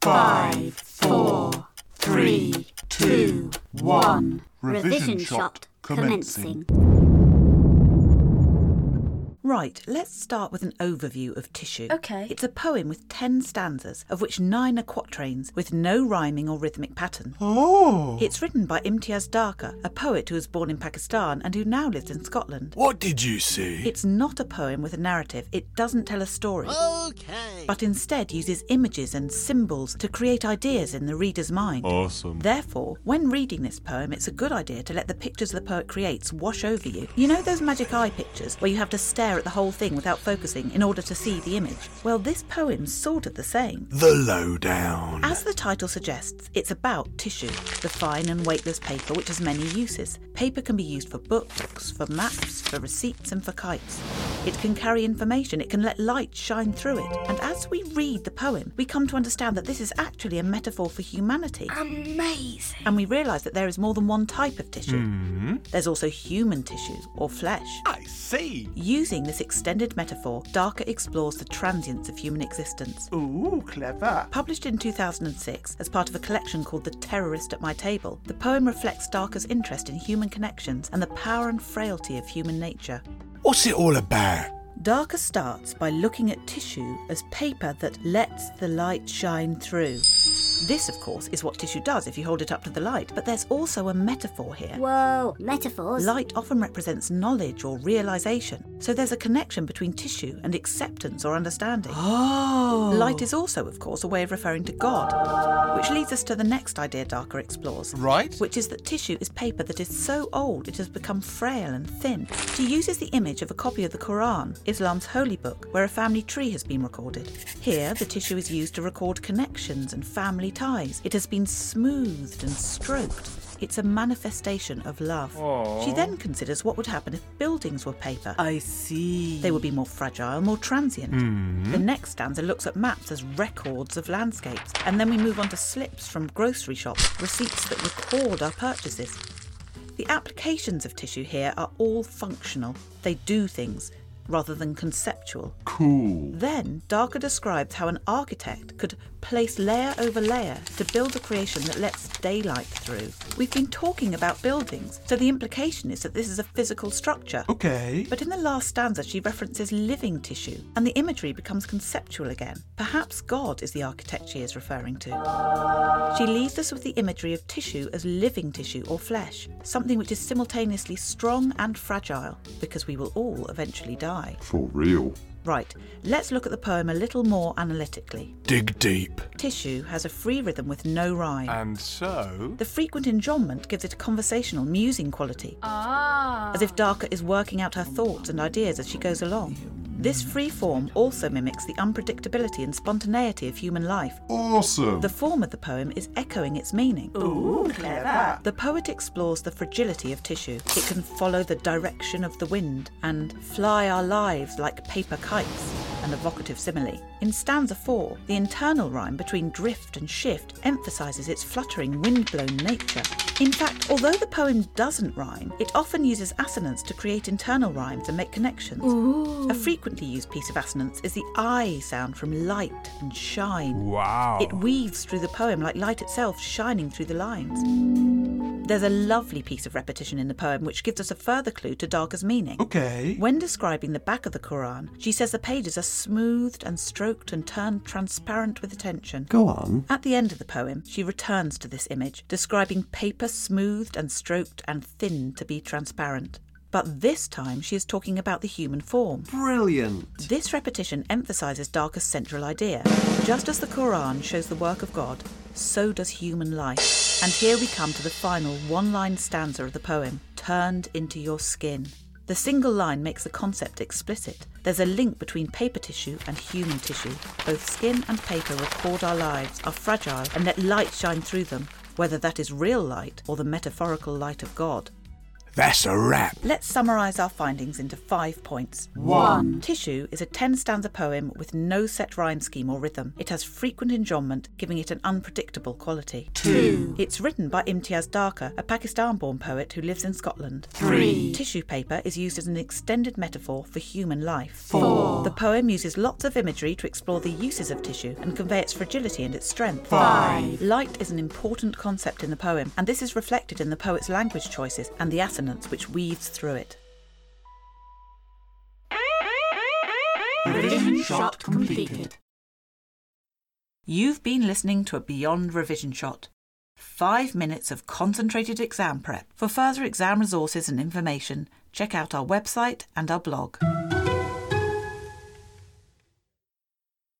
Five, four, three, two, one. Revision shot commencing. Right, let's start with an overview of Tissue. Okay. It's a poem with 10 stanzas, of which nine are quatrains, with no rhyming or rhythmic pattern. Oh. It's written by Imtiaz Darkar, a poet who was born in Pakistan and who now lives in Scotland. What did you say? It's not a poem with a narrative, it doesn't tell a story. Okay. But instead uses images and symbols to create ideas in the reader's mind. Awesome. Therefore, when reading this poem, it's a good idea to let the pictures the poet creates wash over you. You know those magic eye pictures where you have to stare at the whole thing without focusing in order to see the image? Well, this poem's sort of the same. The lowdown. As the title suggests, it's about tissue, the fine and weightless paper which has many uses. Paper can be used for books, for maps, for receipts, and for kites. It can carry information, it can let light shine through it. And as we read the poem, we come to understand that this is actually a metaphor for humanity. Amazing. And we realise that there is more than one type of tissue. There's also human tissue, or flesh. I see. Using this extended metaphor, Darker explores the transience of human existence. Ooh, clever. Published in 2006 as part of a collection called The Terrorist at My Table, the poem reflects Darker's interest in human connections and the power and frailty of human nature. What's it all about? Darker starts by looking at tissue as paper that lets the light shine through. This, of course, is what tissue does if you hold it up to the light, but there's also a metaphor here. Whoa, metaphors. Light often represents knowledge or realization, so there's a connection between tissue and acceptance or understanding. Oh. Light is also, of course, a way of referring to God, which leads us to the next idea Darker explores. Right? Which is that tissue is paper that is so old it has become frail and thin. She uses the image of a copy of the Quran, Islam's holy book, where a family tree has been recorded. Here, the tissue is used to record connections and family ties. It has been smoothed and stroked. It's a manifestation of love. She then considers what would happen if buildings were paper. I see. They would be more fragile, more transient. The next stanza looks at maps as records of landscapes, and then we move on to slips from grocery shops, receipts that record our purchases. The applications of tissue here are all functional, they do things. Rather than conceptual. Cool. Then, Darker describes how an architect could place layer over layer to build a creation that lets daylight through. We've been talking about buildings, so the implication is that this is a physical structure. Okay. But in the last stanza, she references living tissue, and the imagery becomes conceptual again. Perhaps God is the architect she is referring to. She leaves us with the imagery of tissue as living tissue or flesh, something which is simultaneously strong and fragile, because we will all eventually die. For real. Right, let's look at the poem a little more analytically. Dig deep. Tissue has a free rhythm with no rhyme. And so. the frequent enjambment gives it a conversational, musing quality, Ah. as if Darker is working out her thoughts and ideas as she goes along. This free form also mimics the unpredictability and spontaneity of human life. Awesome. The form of the poem is echoing its meaning. Ooh, clever. The poet explores the fragility of tissue. It can follow the direction of the wind and fly our lives like paper kites, an evocative simile. In stanza four, the internal rhyme between drift and shift emphasises its fluttering, wind-blown nature. In fact, although the poem doesn't rhyme, it often uses assonance to create internal rhymes and make connections. A frequently used piece of assonance is the I sound from light and shine. Wow. It weaves through the poem like light itself shining through the lines. There's a lovely piece of repetition in the poem which gives us a further clue to Darker's meaning. okay. When describing the back of the Quran, she says the pages are smoothed and stroked and turned transparent with attention. Go on. At the end of the poem, she returns to this image, describing paper smoothed and stroked and thin to be transparent. But this time she is talking about the human form. Brilliant. This repetition emphasizes Darker's central idea. Just as the Quran shows the work of God, so does human life. And here we come to the final one line stanza of the poem Turned into Your Skin. The single line makes the concept explicit. There's a link between paper tissue and human tissue. Both skin and paper record our lives, are fragile, and let light shine through them, whether that is real light or the metaphorical light of God. That's a wrap. Let's summarise our findings into five points. One. Tissue is a 10 stanza poem with no set rhyme scheme or rhythm. It has frequent enjambment, giving it an unpredictable quality. Two. It's written by Imtiaz Darkar, a Pakistan born poet who lives in Scotland. Three. Tissue paper is used as an extended metaphor for human life. Four. The poem uses lots of imagery to explore the uses of tissue and convey its fragility and its strength. Five. Light is an important concept in the poem, and this is reflected in the poet's language choices and the assonance which weaves through it. Revision shot completed. You've been listening to a Beyond Revision Shot. Five minutes of concentrated exam prep. For further exam resources and information, check out our website and our blog.